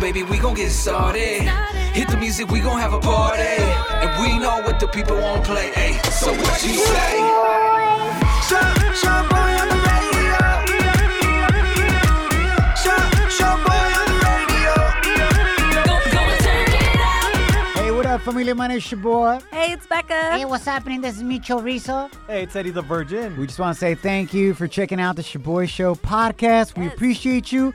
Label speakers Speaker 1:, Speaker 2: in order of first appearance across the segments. Speaker 1: baby, we gon' get started. Hit the music, we gon' have a party. And we know what the people won't play. Ay, so what you say?
Speaker 2: Hey, what up, familia? My name's Shaboy.
Speaker 3: Hey, it's Becca.
Speaker 4: Hey, what's happening? This is Micho Rizzo.
Speaker 5: Hey, it's Eddie the Virgin.
Speaker 2: We just want to say thank you for checking out the Shaboy Show podcast. We appreciate you.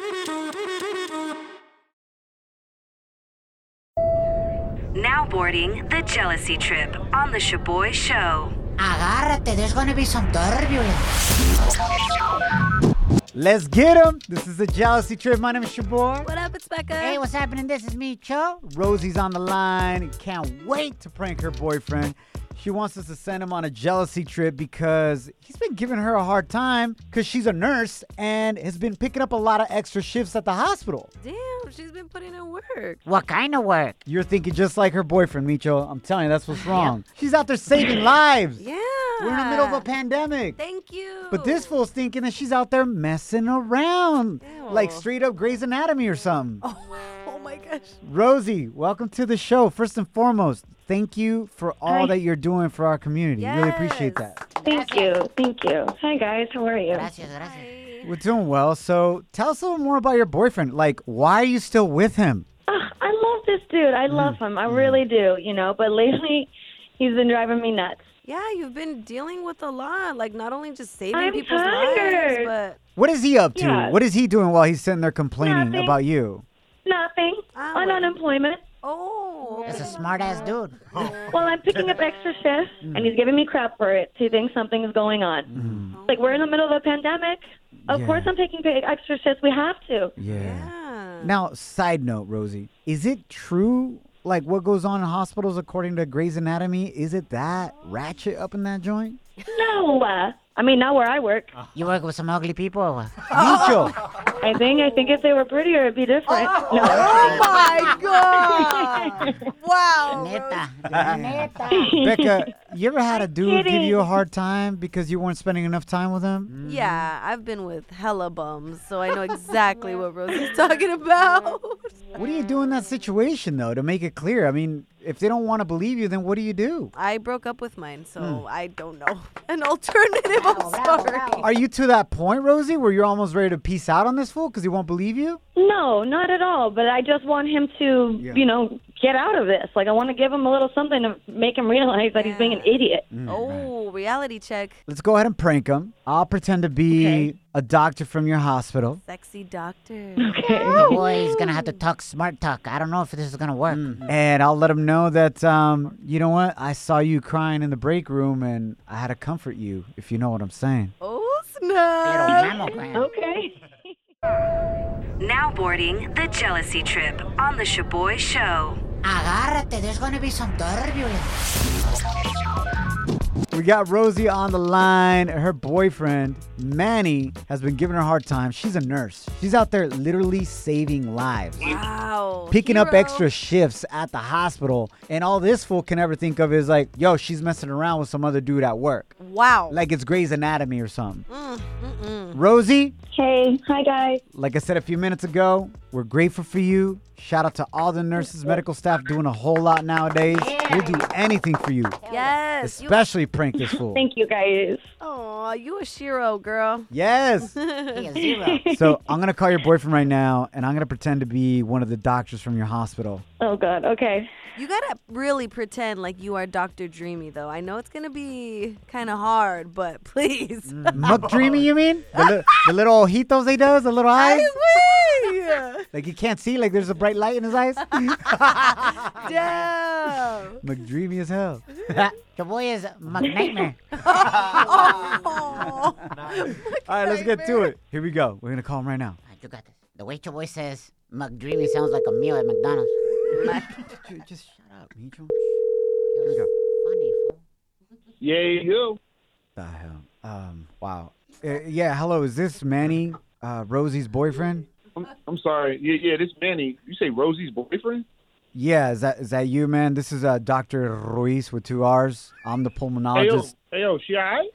Speaker 6: Now boarding the jealousy trip on the Shaboy Show.
Speaker 4: Agárrate, there's gonna be some turbulence.
Speaker 2: Let's get them. This is the Jealousy Trip. My name is Shaboy.
Speaker 3: What up, it's Becca?
Speaker 4: Hey, what's happening? This is Micho.
Speaker 2: Rosie's on the line. Can't wait to prank her boyfriend. She wants us to send him on a jealousy trip because he's been giving her a hard time because she's a nurse and has been picking up a lot of extra shifts at the hospital.
Speaker 3: Damn, she's been putting in work.
Speaker 4: What kind of work?
Speaker 2: You're thinking just like her boyfriend, Micho. I'm telling you, that's what's wrong. She's out there saving lives.
Speaker 3: Yeah.
Speaker 2: We're in the middle of a pandemic.
Speaker 3: Thank you.
Speaker 2: But this fool's thinking that she's out there messing around, like
Speaker 3: Ew.
Speaker 2: straight up Grey's Anatomy or something.
Speaker 3: Oh, oh my gosh.
Speaker 2: Rosie, welcome to the show. First and foremost, thank you for all that you're doing for our community. Really appreciate
Speaker 3: Yes.
Speaker 2: that.
Speaker 7: Thank you. Thank you. Hi, guys. How are you?
Speaker 4: Gracias, gracias.
Speaker 2: We're doing well. So tell us a little more about your boyfriend. Like, why are you still with him?
Speaker 7: Ah, I love this dude. I love him. I really do, you know. But lately, he's been driving me nuts.
Speaker 3: Yeah, you've been dealing with a lot. Like, not only just saving
Speaker 7: I'm
Speaker 3: people's lives,
Speaker 7: tired.
Speaker 3: but
Speaker 2: What is he up to?
Speaker 7: Yeah.
Speaker 2: What is he doing while he's sitting there complaining
Speaker 7: Nothing.
Speaker 2: about you?
Speaker 7: Nothing.
Speaker 3: Ah,
Speaker 7: on
Speaker 3: well.
Speaker 7: unemployment.
Speaker 3: oh.
Speaker 4: That's a smart ass dude.
Speaker 7: Well, I'm picking up extra shifts, and he's giving me crap for it. He thinks something's going on.
Speaker 3: Oh.
Speaker 7: Like, we're in the middle of a pandemic. Of
Speaker 2: Yeah.
Speaker 7: course, I'm taking pay- extra shifts. We have to.
Speaker 2: Yeah.
Speaker 3: Yeah.
Speaker 2: Now, side note, Rosie, is it true? Like, what goes on in hospitals according to Grey's Anatomy? Is it that ratchet up in that joint?
Speaker 7: No. Uh, I mean, not where I work.
Speaker 4: You work with some ugly people or what?
Speaker 2: Micho,
Speaker 7: I think. I think if they were prettier, it'd be different. No.
Speaker 3: Oh my God. wow.
Speaker 4: Neta.
Speaker 2: Becca, you ever had a dude give
Speaker 7: kidding.
Speaker 2: you a hard time because you weren't spending enough time with him?
Speaker 3: Yeah, I've been with hella bums, so I know exactly what Rosie's talking about.
Speaker 2: What do you do in that situation, though, to make it clear? I mean, if they don't want to believe you, then what do you do?
Speaker 3: I broke up with mine, so
Speaker 2: Hmm.
Speaker 3: I don't know. An alternative, I'm sorry.
Speaker 2: Are you to that point, Rosie, where you're almost ready to peace out on this fool because he won't believe you?
Speaker 7: No, not at all. But I just want him to,
Speaker 2: Yeah.
Speaker 7: you know, get out of this. Like, I want to give him a little something to make him realize that he's being an idiot.
Speaker 8: Mm.
Speaker 3: Oh, reality check.
Speaker 2: Let's go ahead and prank him. I'll pretend to be
Speaker 7: Okay.
Speaker 2: a doctor from your hospill.
Speaker 3: Sexy doctor.
Speaker 4: The boy is gonna have to talk smart talk. I don't know if this is
Speaker 2: Mm.
Speaker 4: gonna work.
Speaker 2: And I'll let him know that, um, you know what? I saw you crying in the break room and I had to comfort you, if you know what I'm saying.
Speaker 3: Oh,
Speaker 4: Pero
Speaker 2: Mm.
Speaker 3: snap.
Speaker 4: vamos,
Speaker 2: Oh.
Speaker 4: man.
Speaker 7: Okay.
Speaker 6: Now boarding the jealousy trip on the Shaboy Show.
Speaker 4: Agárrate, there's gonna be some turbulence.
Speaker 2: We got Rosie on the line. Her boyfriend, Manny, has been giving her a hard time. She's a nurse. She's out there literally saving lives,
Speaker 3: Wow.
Speaker 2: picking up
Speaker 3: Hero.
Speaker 2: extra shifts at the hospital. And all this fool can ever think of is like, yo, she's messing around with some other dude at work.
Speaker 3: Wow.
Speaker 2: Like it's Grey's Anatomy or something.
Speaker 3: Mm,
Speaker 2: Rosie,
Speaker 7: Hey, hi, guys.
Speaker 2: like I said a few minutes ago, we're grateful for you. Shout out to all the nurses, medical staff doing a whole lot nowadays. We'll do anything for you,
Speaker 3: yes. You,
Speaker 2: especially prank this fool.
Speaker 7: Thank you, guys.
Speaker 3: aw, you a Shiro girl.
Speaker 2: Yes.
Speaker 4: He is zero.
Speaker 2: So I'm gonna call your boyfriend right now, and I'm gonna pretend to be one of the doctors from your hospital.
Speaker 7: Oh, God. Okay.
Speaker 3: You gotta really pretend like you are Dr. Dreamy, though. I know it's gonna be kind of hard, but please.
Speaker 2: Muck dreamy, you mean? The, li- the little ojitos he does, the little eyes.
Speaker 3: Wee!
Speaker 2: Like you can't see, like there's a bright light in his eyes.
Speaker 3: Damn.
Speaker 2: Muck dreamy as hell.
Speaker 4: The boy is McNightmare.
Speaker 3: Aw.
Speaker 2: All right, let's get to it. Here we go. We're gonna call him right now.
Speaker 4: Ah, You got this. The waiter boy says McDreamy sounds like a meal at McDonald's.
Speaker 2: Just shut up, Mitchell.
Speaker 4: It was
Speaker 2: go.
Speaker 4: funny, fool.
Speaker 8: Yeah, you.
Speaker 2: The hell. Um, wow. Uh, yeah, hello. Is this Manny, uh, Rosie's boyfriend?
Speaker 8: I'm, I'm sorry. Yeah, yeah, this Manny. You say Rosie's boyfriend?
Speaker 2: Yeah, is that is that you, man? This is uh, Dr. Ruiz with two R's. I'm the
Speaker 8: Hey, yo,
Speaker 2: pulmonologist.
Speaker 8: hey, yo, she all right?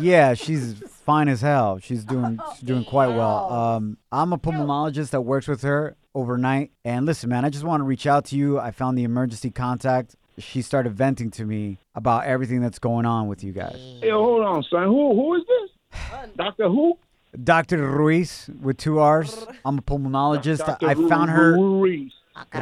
Speaker 2: Yeah, she's fine as hell. She's doing she's doing quite well. Um, I'm a pulmonologist that works with her overnight. And listen, man, I just want to reach out to you. I found the emergency contact. She started venting to me about everything that's going on with you guys.
Speaker 8: Hey, yo, hold on, son. Who who is this? Doctor Who?
Speaker 2: Dr. Ruiz with two R's. I'm a pulmonologist.
Speaker 8: Dr.
Speaker 2: I
Speaker 8: Ru-
Speaker 2: found her
Speaker 8: Ruiz.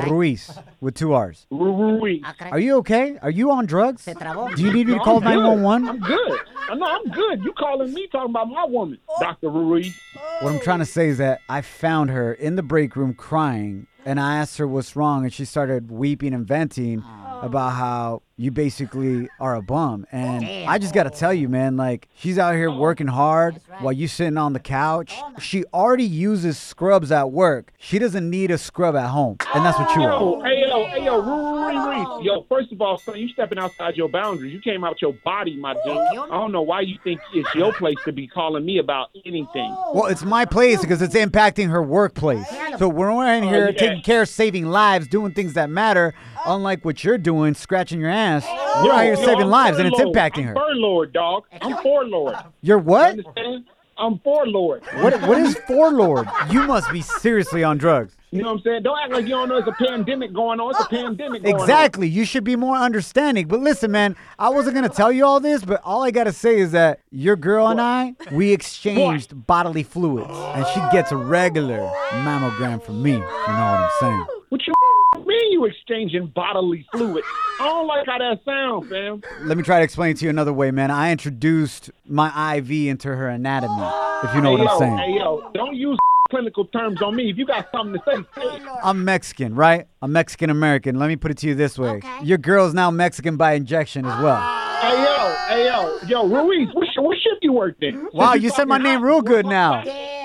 Speaker 2: Ruiz with two R's.
Speaker 8: Ru- Ruiz.
Speaker 4: Ah, caray.
Speaker 2: Are you okay? Are you on drugs?
Speaker 4: Se trabó.
Speaker 2: Do you need me to
Speaker 8: No,
Speaker 2: call
Speaker 8: I'm good. I'm
Speaker 2: 911?
Speaker 8: good. I know I'm good. You calling me talking about my woman, Doctor Ruiz?
Speaker 2: What I'm trying to say is that I found her in the break room crying, and I asked her what's wrong, and she started weeping and venting about how you basically are a bum. And I just got to tell you, man, like she's out here working hard while you sitting on the couch. She already uses scrubs at work. She doesn't need a scrub at home, and that's what you
Speaker 8: Yo,
Speaker 2: are.
Speaker 8: hey yo, hey yo, Ruiz. Yo, first of all, son, you stepping outside your boundaries. You came out your body, my dude. I don't know why you think it's your place to be calling me about anything.
Speaker 2: Well, it's my place because it's impacting her workplace. So we're in here
Speaker 8: Oh, yeah.
Speaker 2: taking care, of saving lives, doing things that matter, unlike what you're doing, scratching your ass. We're out
Speaker 8: Yo,
Speaker 2: here
Speaker 8: Oh. yo,
Speaker 2: saving
Speaker 8: I'm
Speaker 2: lives, and it's
Speaker 8: furloughed.
Speaker 2: impacting
Speaker 8: I'm
Speaker 2: her.
Speaker 8: Furloughed, dog. I'm forlord.
Speaker 2: You're what?
Speaker 8: Understand? I'm forlord.
Speaker 2: What? What is forlord? You must be seriously on drugs.
Speaker 8: You know what I'm saying? Don't act like you don't know it's a pandemic going on. It's a pandemic going on.
Speaker 2: Exactly. You should be more understanding. But listen, man, I wasn't gonna tell you all this, but all I gotta say is that your girl and I, we exchanged bodily fluids, and she gets a regular mammogram from me. if You know what I'm saying?
Speaker 8: What you mean you exchanging bodily fluid? I don't like how that sounds, fam.
Speaker 2: Let me try to explain it to you another way, man. I introduced my IV into her anatomy, if you know what
Speaker 8: hey,
Speaker 2: I'm
Speaker 8: yo,
Speaker 2: saying.
Speaker 8: hey, yo, don't use clinical terms on me. If you got something to say, say it.
Speaker 2: I'm Mexican, right? I'm Mexican American. Let me put it to you this way. Your girl's now Mexican by injection as well.
Speaker 8: hey, yo, hey, yo, yo, Ruiz, what, sh- what shift you work then?
Speaker 2: Wow, you said my name real good now.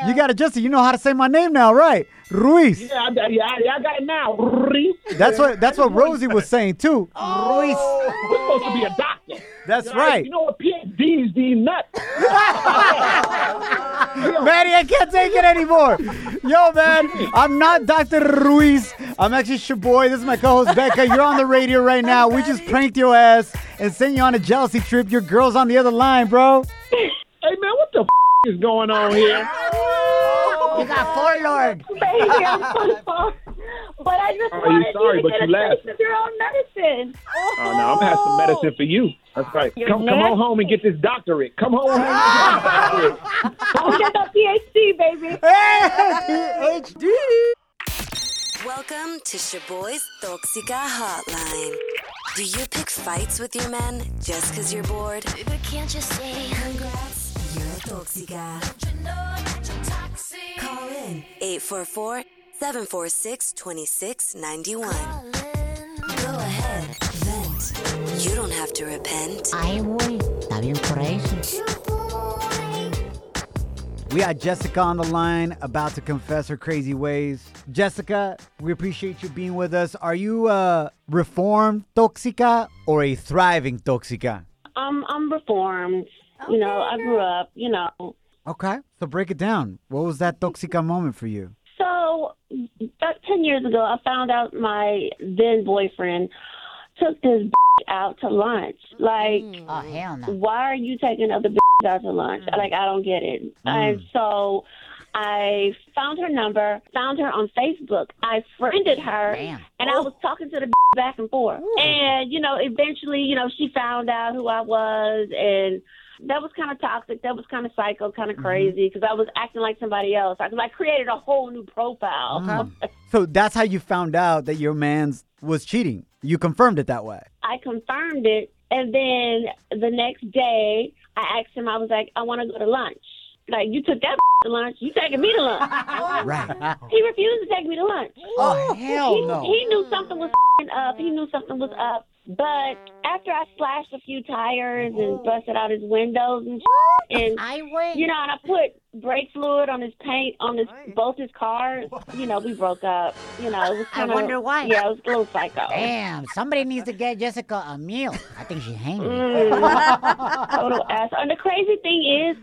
Speaker 2: You got it, Justin. You know how to say my name now, right? Ruiz.
Speaker 8: Yeah, I, yeah, I, I got it now. Ruiz,
Speaker 2: That's what that's what Rosie was saying too. Ruiz.
Speaker 8: we're supposed to be a doctor.
Speaker 2: That's
Speaker 8: All right,
Speaker 2: right.
Speaker 8: Oh. You know what? PhD is the nut.
Speaker 2: Manny, I can't take it anymore. Yo, man, I'm not Dr. Ruiz. I'm actually your boy. This is my co-host Becca. You're on the radio right now. We just pranked your ass and sent you on a jealousy trip. Your girl's on the other line, bro.
Speaker 8: Hey, man, what the f- is going on here?
Speaker 4: You got forlord.
Speaker 9: Baby, I'm so sorry. But I just
Speaker 8: Are you
Speaker 9: wanted
Speaker 8: sorry,
Speaker 9: you to
Speaker 8: but
Speaker 9: get
Speaker 8: you
Speaker 9: a taste
Speaker 8: laughing?
Speaker 9: of your own medicine.
Speaker 8: Oh, no, I'm going to have some medicine for you. That's right.
Speaker 9: You're
Speaker 8: Come, come on
Speaker 9: nasty.
Speaker 8: home and get this doctorate. Come home home and get this doctorate.
Speaker 9: I'll get that PhD, baby.
Speaker 2: Hey, HD.
Speaker 3: Welcome to Shaboy's Toxica Hotline. Do you pick fights with your men just because you're bored? But can't you say congrats? You're a Toxica. Call in 844 746 2691. Go ahead, vent. You don't have to repent.
Speaker 4: Ay, güey. Está bien por eso.
Speaker 2: We got Jessica on the line about to confess her crazy ways. Jessica, we appreciate you being with us. Are you a reformed toxica or a thriving toxica?
Speaker 7: Um, I'm reformed. You know, I grew up, you know.
Speaker 2: Okay. So break it down. What was that toxica moment for you?
Speaker 7: So, about 10 years ago, I found out my then boyfriend took this out to lunch. Like,
Speaker 4: Oh, hell no.
Speaker 7: why are you taking other bitches out to lunch? Like, I don't get it. And so I found her number, found her on Facebook. I friended her,
Speaker 4: Damn.
Speaker 7: and I was talking to the b- back and forth. And, you know, eventually, you know, she found out who I was, and that was kind of toxic. That was kind of psycho, kind of crazy, because I was acting like somebody else. I, 'cause I created a whole new profile.
Speaker 2: So that's how you found out that your man's was cheating. You confirmed it that way.
Speaker 7: I confirmed it, and then the next day I asked him. I was like, I want to go to lunch. Like you took that to lunch, you taking me to lunch.
Speaker 2: Right.
Speaker 7: he refused to take me to lunch.
Speaker 2: Oh,
Speaker 7: he,
Speaker 2: hell no.
Speaker 7: he knew something was fing up. He knew something was up. But after I slashed a few tires and busted out his windows and and
Speaker 4: Ay, güey.
Speaker 7: you know, and I put brake fluid on his paint on his both his cars. You know, we broke up. You know, it was
Speaker 4: I
Speaker 7: kind of
Speaker 4: wonder why.
Speaker 7: Yeah, it was a little psycho.
Speaker 4: Damn, somebody needs to get Jessica a meal. I think she's hangry.
Speaker 7: Mm. Total ass. And the crazy thing is,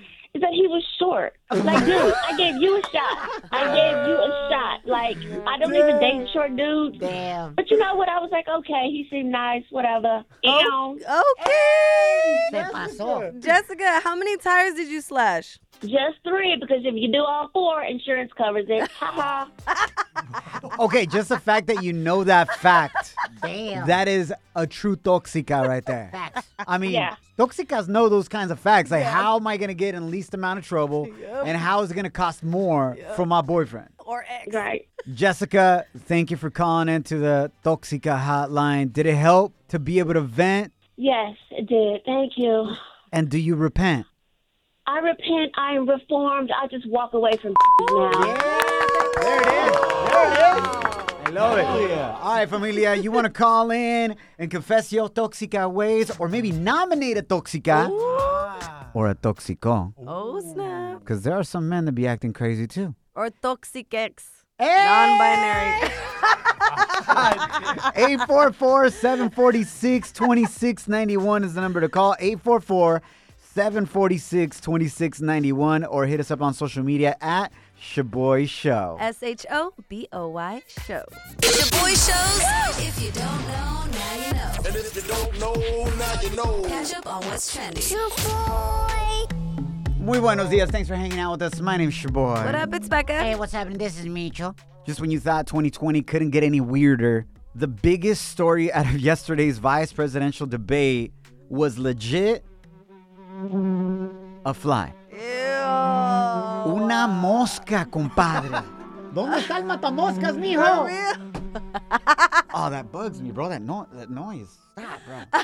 Speaker 10: short dude.
Speaker 2: Damn.
Speaker 10: But you know what? I was like, okay, he seemed nice, whatever.
Speaker 4: Oh,
Speaker 10: You know,
Speaker 3: Okay.
Speaker 2: Se pasó.
Speaker 3: Jessica, how many tires did you slash?
Speaker 10: just three because if you do all four, insurance covers it. Ha ha.
Speaker 4: Okay, just the fact that you know that fact,
Speaker 2: Damn.
Speaker 4: that is a true toxica right there.
Speaker 2: Facts.
Speaker 4: I mean,
Speaker 10: Yeah.
Speaker 4: toxicas know those kinds of facts. Like, how am I going to get in least amount of trouble, and how is it going to cost more for my boyfriend?
Speaker 3: Or X?
Speaker 10: Right.
Speaker 4: Jessica, thank you for calling into the Toxica hotline. Did it help to be able to vent?
Speaker 10: Yes, it did. Thank you.
Speaker 4: And do you repent?
Speaker 10: I repent. I am reformed. I just walk away from now.
Speaker 4: There it is. There it is. I love it. All right, familia, you want to call in and confess your toxica ways, or maybe nominate a toxica or a toxico,
Speaker 3: Oh, snap.
Speaker 4: because there are some men that be acting crazy too.
Speaker 3: Or toxic X.
Speaker 4: Hey!
Speaker 3: Non binary.
Speaker 4: 844 746 2691 is the number to call. 844 746 2691 or hit us up on social media at Shaboy Show.
Speaker 3: S H O B O Y show.
Speaker 6: The boy shows. If you don't know, now you know. And if you don't know, now you know. Catch up on what's trending.
Speaker 4: Muy buenos dias. Thanks for hanging out with us. My name's Shaboy.
Speaker 3: What up, it's Becca?
Speaker 2: Hey, what's happening? This is Micho.
Speaker 4: Just when you thought 2020 couldn't get any weirder, the biggest story out of yesterday's vice presidential debate was legit a fly. Una mosca, compadre.
Speaker 2: ¿Dónde está el matamoscas, mijo?
Speaker 4: Oh, that bugs me, bro. That, no- that noise. Stop, bro.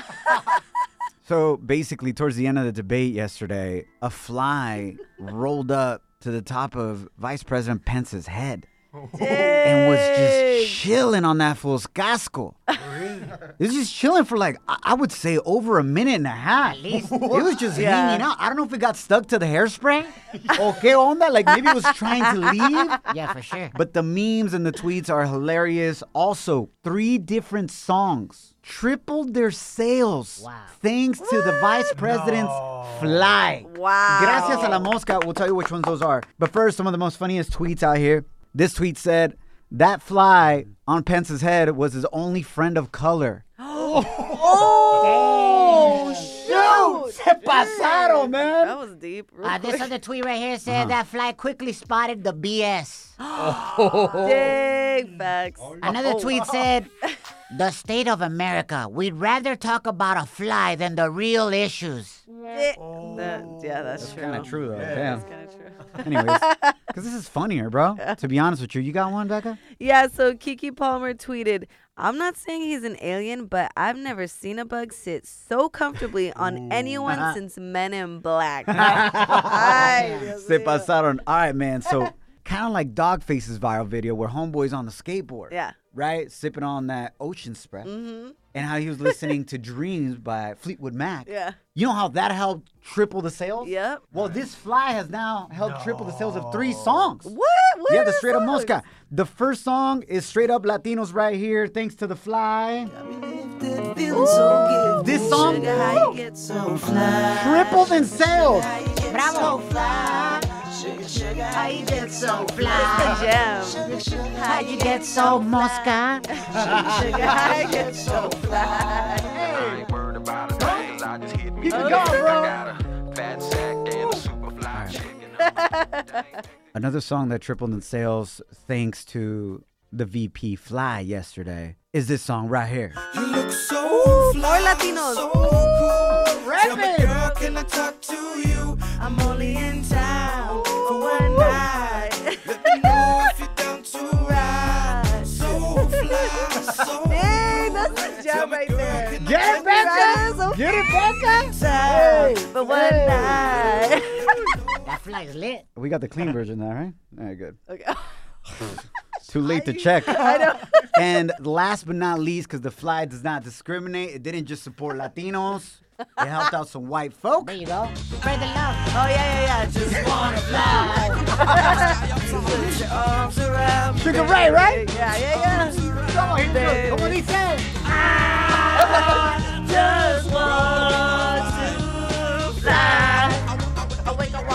Speaker 4: so basically, towards the end of the debate yesterday, a fly rolled up to the top of Vice President Pence's head and was just chilling on that fool's casco. it was just chilling for like, I, I would say, over a minute and a half. At least. It was just hanging out. I don't know if it got stuck to the hairspray or que onda. Like maybe it was trying to leave.
Speaker 2: Yeah, for sure.
Speaker 4: But the memes and the tweets are hilarious. Also, three different songs tripled their sales
Speaker 2: Wow.
Speaker 4: thanks to the vice president's fly.
Speaker 3: Wow.
Speaker 4: Gracias a la mosca. We'll tell you which ones those are. But first, some of the most funniest tweets out here. This tweet said, That fly on Pence's head was his only friend of color. oh, shoot! Se pasaron, man.
Speaker 3: That was deep. Real
Speaker 2: Uh, this other tweet right here said that fly quickly spotted the BS.
Speaker 3: Big facts.
Speaker 2: Another
Speaker 3: Oh.
Speaker 2: tweet said, "The state of America. We'd rather talk about a fly than the real issues."
Speaker 3: Dick. That- yeah, that's, true.
Speaker 4: Kind of true, though.
Speaker 3: Kinda true.
Speaker 4: Damn. Anyways, because this is funnier, bro. To be honest with you, you got one, Becca?
Speaker 3: Yeah, so Kiki Palmer tweeted, I'm not saying he's an alien, but I've never seen a bug sit so comfortably on
Speaker 4: Uh-huh.
Speaker 3: anyone since Men in Black. Ay, Dios
Speaker 4: Se
Speaker 3: mío.
Speaker 4: pasaron. All right, man. So kind of like Dogface's viral video where Homeboy's on the skateboard.
Speaker 3: Yeah. Mm-hmm.
Speaker 4: Right? Sipping on that ocean spread. And how he was listening to Dreams by Fleetwood Mac.
Speaker 3: Yeah.
Speaker 4: You know how that helped triple the sales?
Speaker 3: Yep.
Speaker 4: Well, this fly has now helped triple the sales of three songs.
Speaker 3: What? What
Speaker 4: yeah,
Speaker 3: are
Speaker 4: the straight up
Speaker 3: songs?
Speaker 4: Mosca. The first song is straight up Latinos right here, thanks to the fly. This song tripled in sales.
Speaker 2: Bravo.
Speaker 3: It's the gem.
Speaker 2: How you get so mosca?
Speaker 1: I ain't worried about it, cause I just hit me.
Speaker 4: Keep it going, bro.
Speaker 1: got a fat sack and a super fly chick. and I'm
Speaker 4: Another song that tripled in sales thanks to the VP Fly yesterday is this song right here.
Speaker 3: More Latinos. Dang, that's the gem right there.
Speaker 4: Get it, Becca!
Speaker 3: Right,
Speaker 4: Get it, Becca!
Speaker 3: But one night.
Speaker 2: That fly is lit.
Speaker 4: We got the clean version now, right? All right, good.
Speaker 3: Okay.
Speaker 4: Too late to check. And last but not least, because the fly does not discriminate, it didn't just support Latinos, it helped out some white folk.
Speaker 2: There you go. Spread the love.
Speaker 3: Oh, yeah, yeah, yeah. Just wanna fly. Put your arms around me.
Speaker 4: Sugar Ray, right?
Speaker 3: Yeah, yeah, yeah.
Speaker 4: Come on, here we go. Come on, he said.
Speaker 3: Just want to fly. I wake up,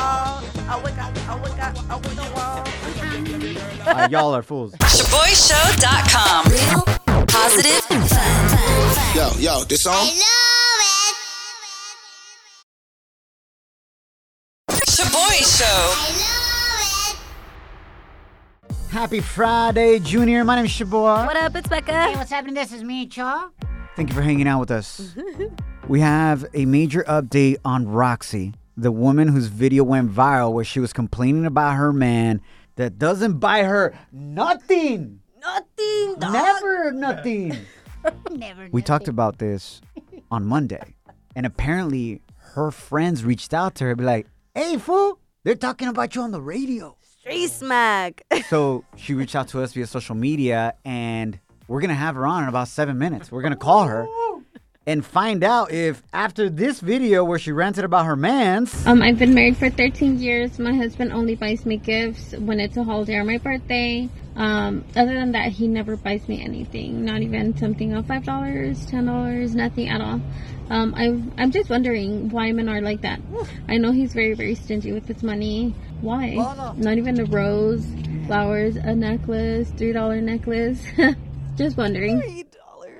Speaker 3: I wake up, I wake up, I wake up, I wake up.
Speaker 4: Uh, y'all are fools.
Speaker 6: ShaboyShow.com. Real, positive, fun.
Speaker 11: Yo, yo, this song?
Speaker 6: Shaboy Show.
Speaker 4: Happy Friday, Junior. My name is Shabor.
Speaker 3: What up? It's Becca.
Speaker 2: Hey, what's happening? This is me, Cho.
Speaker 4: Thank you for hanging out with us. we have a major update on Roxy, the woman whose video went viral where she was complaining about her man that doesn't buy her nothing.
Speaker 3: Nothing. dog.
Speaker 4: Never nothing.
Speaker 2: Never.
Speaker 4: We talked about this on Monday, and apparently her friends reached out to her, be like, "Hey, fool, they're talking about you on the radio."
Speaker 3: Straight smack.
Speaker 4: So she reached out to us via social media, and we're gonna have her on in about seven minutes. We're gonna call her and find out if after this video where she ranted about her man's,
Speaker 12: Um, I've been married for 13 years. My husband only buys me gifts when it's a holiday or my birthday. Um, other than that, he never buys me anything, not even something of $5, $10, nothing at all. Um, I, I'm just wondering why men are like that. I know he's very, very stingy with his money. Why? Not even a rose, flowers, a necklace, $3 necklace. just wondering.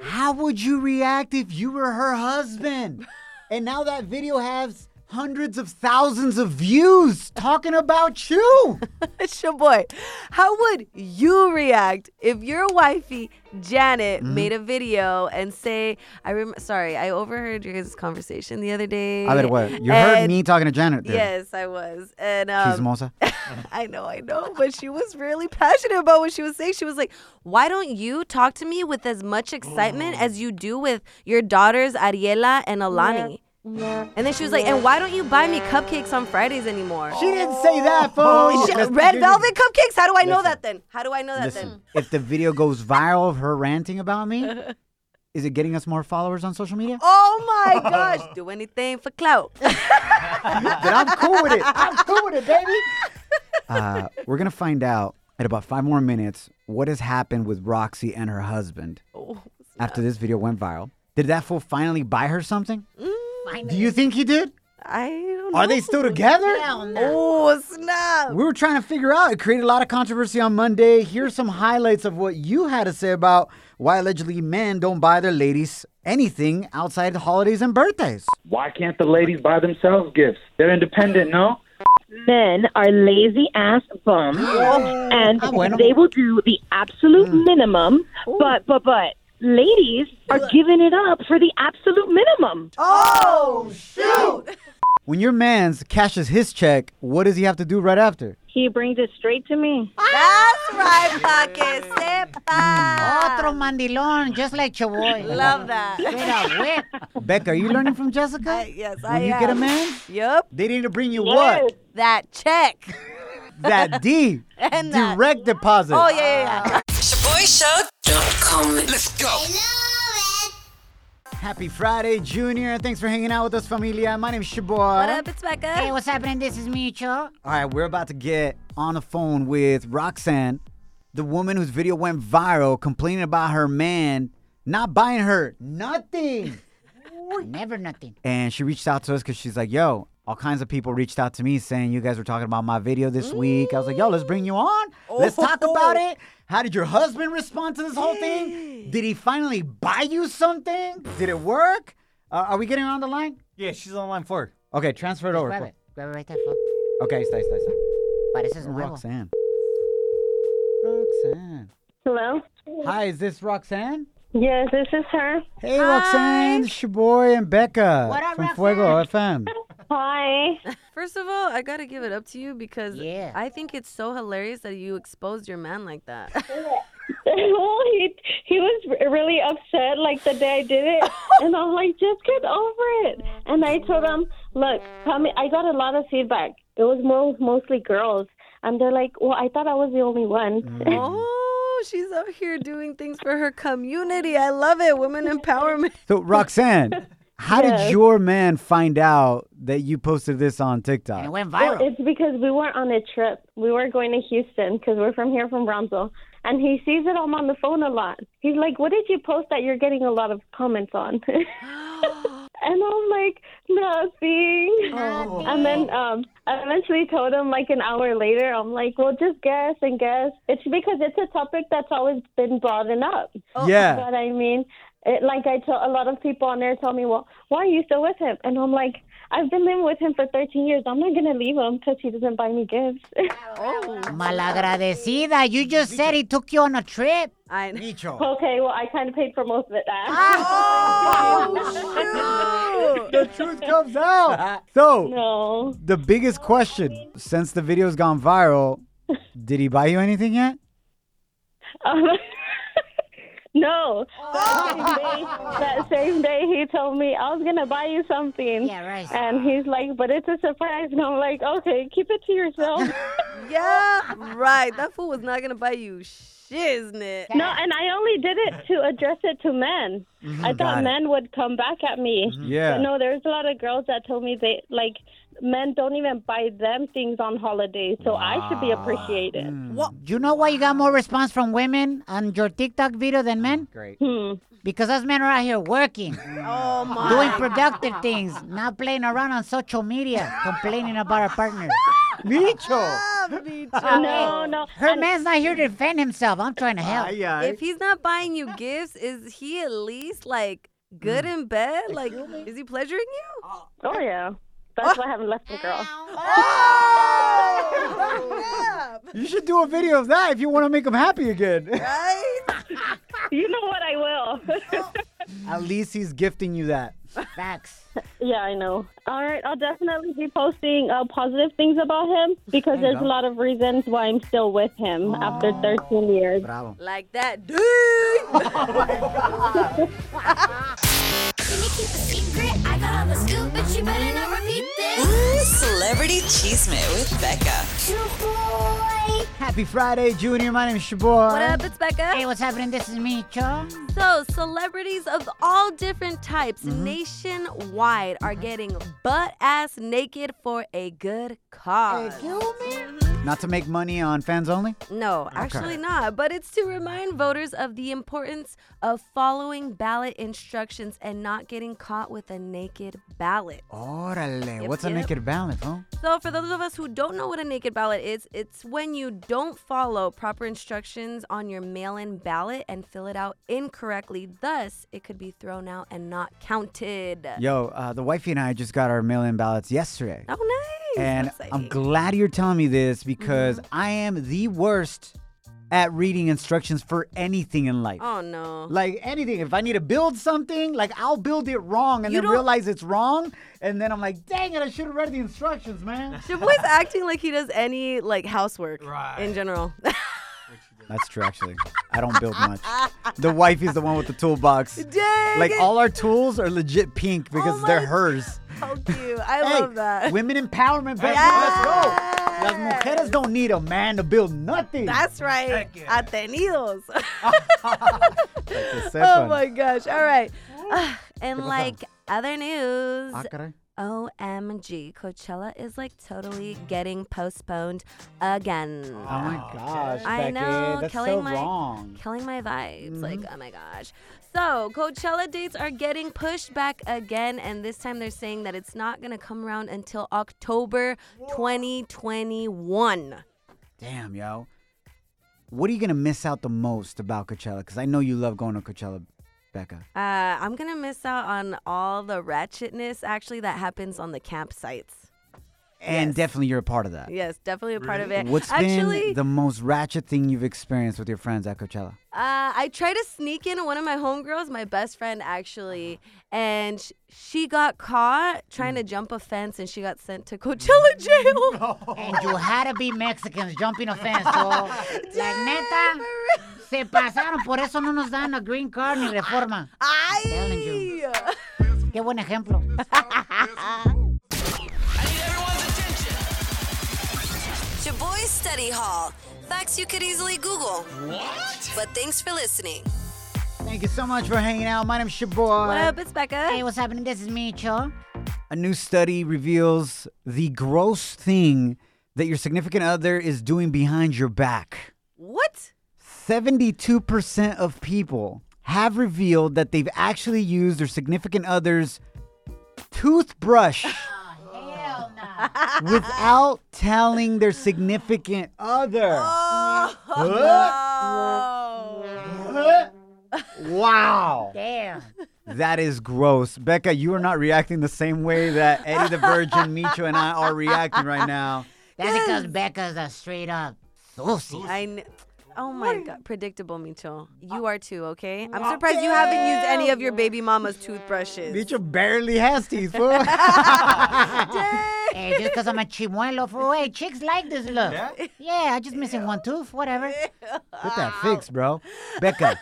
Speaker 4: how would you react if you were her husband? And now that video has hundreds of thousands of views talking about you.
Speaker 3: it's your boy. How would you react if your wifey Janet
Speaker 4: Mm-hmm.
Speaker 3: made a video and say, "I rem- sorry, I overheard your guys' conversation the other day."
Speaker 4: I bet it was. You heard
Speaker 3: and-
Speaker 4: me talking to Janet there.
Speaker 3: Yes, I was, and um,
Speaker 4: She's Mosa.
Speaker 3: I know, I know, but she was really passionate about what she was saying. She was like, "Why don't you talk to me with as much excitement as you do with your daughters Ariela and Alani?" And then she was like, "And why don't you buy me cupcakes on Fridays anymore?"
Speaker 4: She didn't say that, fool.
Speaker 3: Shit,
Speaker 4: Let's-
Speaker 3: Red velvet cupcakes. How do I know
Speaker 4: Listen.
Speaker 3: that then? How do I know that
Speaker 4: Listen, if the video goes viral of her ranting about me, is it getting us more followers on social media?
Speaker 3: then? Oh my gosh! Do anything for clout.
Speaker 4: then I'm cool with it. I'm cool with it, baby. Uh, we're gonna find out in about five more minutes what has happened with Roxy and her husband
Speaker 3: Oh,
Speaker 4: after this video went viral. Did that fool finally buy her something? Do you think he did?
Speaker 3: Mm, I don't know.
Speaker 4: Are they still together?
Speaker 3: Oh snap!
Speaker 4: We were trying to figure out. It created a lot of controversy on Monday. Here's some highlights of what you had to say about why allegedly men don't buy their ladies anything outside the holidays and birthdays.
Speaker 8: Why can't the ladies buy themselves gifts? They're independent, no?
Speaker 7: Men are lazy ass bums, and
Speaker 4: Ah, bueno.
Speaker 7: they will do the absolute minimum. But but but ladies are giving it up for the absolute minimum.
Speaker 4: When your man's cashes his check, what does he have to do right after?
Speaker 7: He brings it straight to me.
Speaker 3: That's right, pocket. Sepa.
Speaker 2: Otro mandilón, just like your boy.
Speaker 3: Love that.
Speaker 2: Straight up whip.
Speaker 4: Becca, are you learning from Jessica?
Speaker 3: Yes, I
Speaker 4: when you
Speaker 3: am.
Speaker 4: get a man,
Speaker 3: Yep.
Speaker 4: they need to bring you
Speaker 7: Yes.
Speaker 4: what?
Speaker 3: That check.
Speaker 4: That D.
Speaker 3: And that.
Speaker 4: direct deposit.
Speaker 3: Oh yeah, yeah, yeah.
Speaker 6: ShaboyShow.com.
Speaker 1: Let's go.
Speaker 4: Happy Friday, Junior. Thanks for hanging out with us, familia. My name's Shabor.
Speaker 3: What up, it's Becca.
Speaker 2: Hey, what's happening? This is me, Cho.
Speaker 4: All right, we're about to get on the phone with Roxanne, the woman whose video went viral complaining about her man not buying her nothing.
Speaker 2: Never nothing.
Speaker 4: and she reached out to us because she's like, yo, all kinds of people reached out to me saying you guys were talking about my video this week. I was like, yo, let's bring you on. Let's talk
Speaker 2: Oh.
Speaker 4: about it. How did your husband respond to this whole thing? Did he finally buy you something? Did it work? Uh, are we getting her on the line?
Speaker 5: Yeah, she's on line four.
Speaker 4: Oh, Okay, transfer it
Speaker 2: Grab
Speaker 4: over.
Speaker 2: it. Grab it right there, fool.
Speaker 4: Okay, ahí está, ahí está, ahí está.
Speaker 2: Pareces nuevo.
Speaker 4: Roxanne. Roxanne.
Speaker 7: Hello.
Speaker 4: Hi, is this Roxanne?
Speaker 7: Yes, this is her.
Speaker 4: Hey, Roxanne. It's your boy and Becca
Speaker 2: What up,
Speaker 4: from Fuego FM.
Speaker 7: Hi.
Speaker 3: First of all, I gotta give it up to you because
Speaker 2: Yeah.
Speaker 3: I think it's so hilarious that you exposed your man like that.
Speaker 7: well, he he was really upset like the day I did it, and I'm like, just get over it. And I told him, look, tell me. I got a lot of feedback. It was mo- mostly girls, and they're like, well, I thought I was the only one.
Speaker 3: oh, she's up here doing things for her community. I love it. Women empowerment.
Speaker 4: So, Roxanne, how did
Speaker 7: Yes.
Speaker 4: your man find out that you posted this on
Speaker 2: And it
Speaker 4: TikTok?
Speaker 2: went
Speaker 7: Well,
Speaker 2: viral.
Speaker 7: it's because we were on a trip. We were going to Houston because we're from here, from Brownsville. And he sees that I'm on the phone a lot. He's like, What did you post that you're getting a lot of comments on? And I'm like, nothing. And then um, I eventually told him like an hour later, I'm like, well, just guess and guess. It's because it's a topic that's always been brought up.
Speaker 2: Oh.
Speaker 4: Yeah.
Speaker 7: But I mean, it, like I told a lot of people on there tell me, well, why are you still with him? And I'm like, I've been living with him for 13 years. I'm not going to leave him because he doesn't buy me gifts.
Speaker 4: Oh.
Speaker 2: Malagradecida. You just said he took you on a trip.
Speaker 3: I
Speaker 7: Okay, well, I kind of paid for most of it. Oh,
Speaker 4: the truth comes out. So,
Speaker 7: no.
Speaker 4: the biggest question since the video's gone viral, did he buy you anything yet?
Speaker 7: Um, no. Oh. That same, day, that same day, he told me, I was going to buy you something. Yeah, right. And he's like, but it's a surprise. And I'm like, okay, keep it to yourself.
Speaker 3: yeah, right. That fool was not gonna buy you shiznit.
Speaker 7: no, and I only did it to address it to men.
Speaker 4: Mm-hmm.
Speaker 7: I
Speaker 3: Got
Speaker 7: thought
Speaker 3: it.
Speaker 7: men would come back at me.
Speaker 2: Mm.
Speaker 4: Yeah.
Speaker 7: But no, there's a lot of girls that told me they, like, men don't even buy them things on holidays, so I should be appreciated.
Speaker 4: Mm.
Speaker 2: You know why you got more response from women on your TikTok video than men?
Speaker 4: Oh, Great.
Speaker 2: Because us men are out here working,
Speaker 3: Oh my.
Speaker 2: doing productive things, not playing around on social media, complaining about our partners.
Speaker 4: Micho.
Speaker 7: No, no.
Speaker 2: Her man's not here to defend himself. I'm trying to help.
Speaker 3: If he's not buying you gifts, is he at least like good in bed? Like, is he pleasuring you?
Speaker 7: Oh, yeah. That's why I haven't left the girl.
Speaker 4: You should do a video of that if you want to make him happy again.
Speaker 7: You know what? I will.
Speaker 4: At least he's gifting you that.
Speaker 2: Facts.
Speaker 7: yeah, I know. All right, I'll definitely be posting uh, positive things about him because
Speaker 4: There you
Speaker 7: there's a
Speaker 4: go.
Speaker 7: lot of reasons why I'm still with him after 13 years.
Speaker 4: Bravo.
Speaker 3: Like that, dude.
Speaker 13: Celebrity Cheesemate with Becca.
Speaker 4: Happy Friday, Junior. My name is Shaboy.
Speaker 3: what up? It's Becca.
Speaker 2: Hey, what's happening? This is Micho.
Speaker 3: So, celebrities of all different types
Speaker 13: Mm-hmm.
Speaker 3: nationwide are getting butt ass naked for a good cause.
Speaker 4: Not to make money on fans only?
Speaker 3: No, actually not. But it's to remind voters of the importance of following ballot instructions and not getting caught with a naked ballot.
Speaker 4: Orale.
Speaker 3: Yep,
Speaker 4: What's a
Speaker 3: yep.
Speaker 4: naked balance, huh?
Speaker 3: So, for those of us who don't know what a naked ballot is, it's when you don't follow proper instructions on your mail in ballot and fill it out incorrectly. Thus, it could be thrown out and not counted.
Speaker 4: Yo, uh, the wifey and I just got our mail in ballots yesterday.
Speaker 3: Oh, nice.
Speaker 4: and
Speaker 3: That's
Speaker 4: I'm
Speaker 3: exciting. Mm-hmm.
Speaker 4: glad you're telling me this because I am the worst at reading instructions for anything in life.
Speaker 3: Oh, no.
Speaker 4: Like anything, if I need to build something, like I'll build it wrong and
Speaker 3: You
Speaker 4: then
Speaker 3: don't-
Speaker 4: realize it's wrong, and then I'm like, dang it, I should have read the instructions, man.
Speaker 3: Your boy's acting like he does any like housework in general.
Speaker 4: That's true, actually. I don't build much. The wife is the one with the toolbox.
Speaker 3: Dang.
Speaker 4: Like
Speaker 3: it.
Speaker 4: all our tools are legit pink because they're hers.
Speaker 3: How cute. Oh I
Speaker 4: Hey,
Speaker 3: love that.
Speaker 4: Women empowerment, baby. Let's go. Las mujeres don't need a man to build nothing.
Speaker 3: That's right. Atenidos.
Speaker 4: Que
Speaker 3: oh
Speaker 4: sepan.
Speaker 3: my gosh. All right. Ah, and like other news.
Speaker 4: Ah, caray.
Speaker 3: OMG, Coachella is like totally getting postponed again.
Speaker 4: Oh my gosh,
Speaker 3: I
Speaker 4: Becky,
Speaker 3: know,
Speaker 4: that's
Speaker 3: killing
Speaker 4: so
Speaker 3: my
Speaker 4: wrong. Mm-hmm.
Speaker 3: killing my vibes. Like, oh my gosh. So, Coachella dates are getting pushed back again, and this time they're saying that it's not gonna come around until October 2021.
Speaker 4: Damn, yo. What are you gonna miss out the most about Coachella? Because I know you love going to Coachella, Becca.
Speaker 3: Uh, I'm gonna miss out on all the ratchetness actually that happens on the campsites.
Speaker 4: And definitely you're a part of that.
Speaker 3: Yes, definitely a part of it.
Speaker 4: What's
Speaker 3: actually,
Speaker 4: been the most ratchet thing you've experienced with your friends at Coachella?
Speaker 3: Uh, I tried to sneak in one of my homegirls, my best friend actually, and sh- she got caught trying to jump a fence, and she got sent to Coachella jail.
Speaker 2: And you had to be Mexicans jumping a fence, fool. La neta, se pasaron. Por eso no nos dan a green card ni reforma. Telling you.
Speaker 3: Ay!
Speaker 2: Qué buen ejemplo.
Speaker 6: Shaboy Study Hall. Facts you could easily Google. What? But thanks for listening.
Speaker 4: Thank you so much for hanging out. My name's Shaboy.
Speaker 3: What up, it's Becca.
Speaker 2: Hey, what's happening? This is Micho.
Speaker 4: A new study reveals the gross thing that your significant other is doing behind your back.
Speaker 3: What?
Speaker 4: 72% of people have revealed that they've actually used their significant other's toothbrush without telling their significant other. Huh? Huh? Wow.
Speaker 2: Damn.
Speaker 4: That is gross. Becca, you are not reacting the same way that Eddie the Virgin, Micho, and I are reacting right now.
Speaker 2: That's because Becca's a straight up saucy.
Speaker 3: I kn- Oh my god, predictable, Micho. You are too, okay? I'm surprised you haven't used any of your baby mama's toothbrushes.
Speaker 4: Micho barely has teeth, fool.
Speaker 2: Hey, just because I'm a chimuelo for hey, chicks like this look. Yeah, I just missing one tooth, whatever.
Speaker 4: Get that fixed, bro. Becca,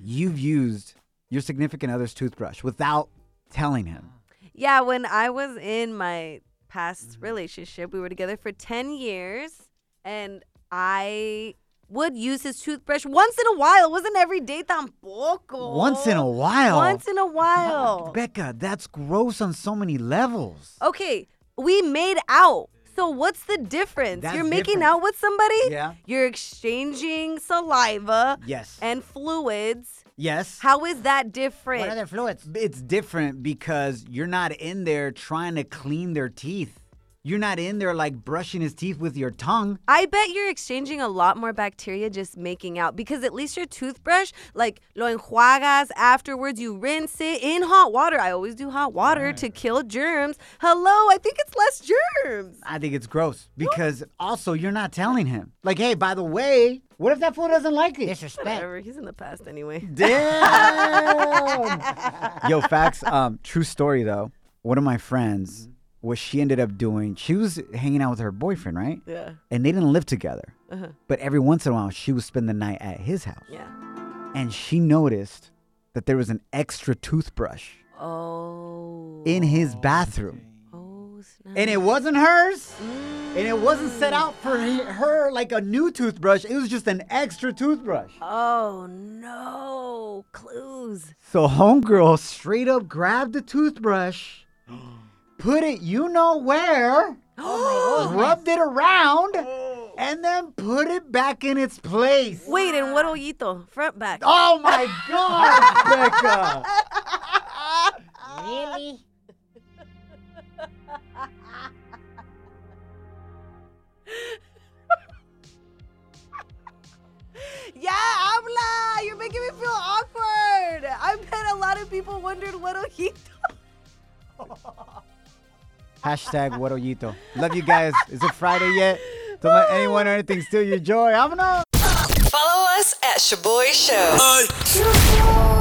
Speaker 4: you've used your significant other's toothbrush without telling him.
Speaker 3: Yeah, when I was in my past
Speaker 4: Mm-hmm.
Speaker 3: relationship, we were together for 10 years and I would use his toothbrush once in a while. It wasn't every day tampoco.
Speaker 4: Once in a while.
Speaker 3: Oh. Once in a while.
Speaker 4: Becca, that's gross on so many levels.
Speaker 3: Okay, we made out. So what's the difference?
Speaker 4: That's
Speaker 3: You're making
Speaker 4: different.
Speaker 3: out with somebody?
Speaker 4: Yeah.
Speaker 3: You're exchanging saliva
Speaker 4: Yes.
Speaker 3: and fluids.
Speaker 4: Yes.
Speaker 3: How is that different?
Speaker 2: What other fluids?
Speaker 4: It's different because you're not in there trying to clean their teeth. You're not in there like brushing his teeth with your tongue.
Speaker 3: I bet you're exchanging a lot more bacteria just making out because at least your toothbrush, like lo enjuagas afterwards, you rinse it in hot water. I always do hot water to kill germs. Hello, I think it's less germs.
Speaker 4: I think it's gross because also you're not telling him. Like, hey, by the way, what if that fool doesn't like it?
Speaker 2: Disrespect.
Speaker 3: Whatever, he's in the past anyway.
Speaker 4: Damn. Yo, facts. Um, true story though. One of my friends,
Speaker 3: Mm-hmm.
Speaker 4: what she ended up doing, she was hanging out with her boyfriend, right?
Speaker 3: Yeah.
Speaker 4: And they didn't live together.
Speaker 3: Uh-huh.
Speaker 4: But every once in a while, she would spend the night at his house.
Speaker 3: Yeah.
Speaker 4: And she noticed that there was an extra toothbrush
Speaker 3: Oh.
Speaker 4: in his bathroom.
Speaker 3: Oh, snap.
Speaker 4: And it wasn't hers. And it wasn't
Speaker 3: Mm.
Speaker 4: set out for he- her like a new toothbrush. It was just an extra toothbrush.
Speaker 3: Oh, no. Clues.
Speaker 4: So homegirl straight up grabbed the toothbrush, put it you know where,
Speaker 3: Oh,
Speaker 4: rubbed it around, and then put it back in its place.
Speaker 3: Wait, and what ojito? Front, back.
Speaker 4: Oh my god, Becca!
Speaker 2: Really?
Speaker 3: Yeah, habla. You're making me feel awkward. I bet a lot of people wondered what ojito.
Speaker 4: Hashtag what Ollito. Love you guys. Is it Friday yet? Don't let anyone or anything steal your joy. I'm gonna.
Speaker 13: Follow us at Shaboy Show.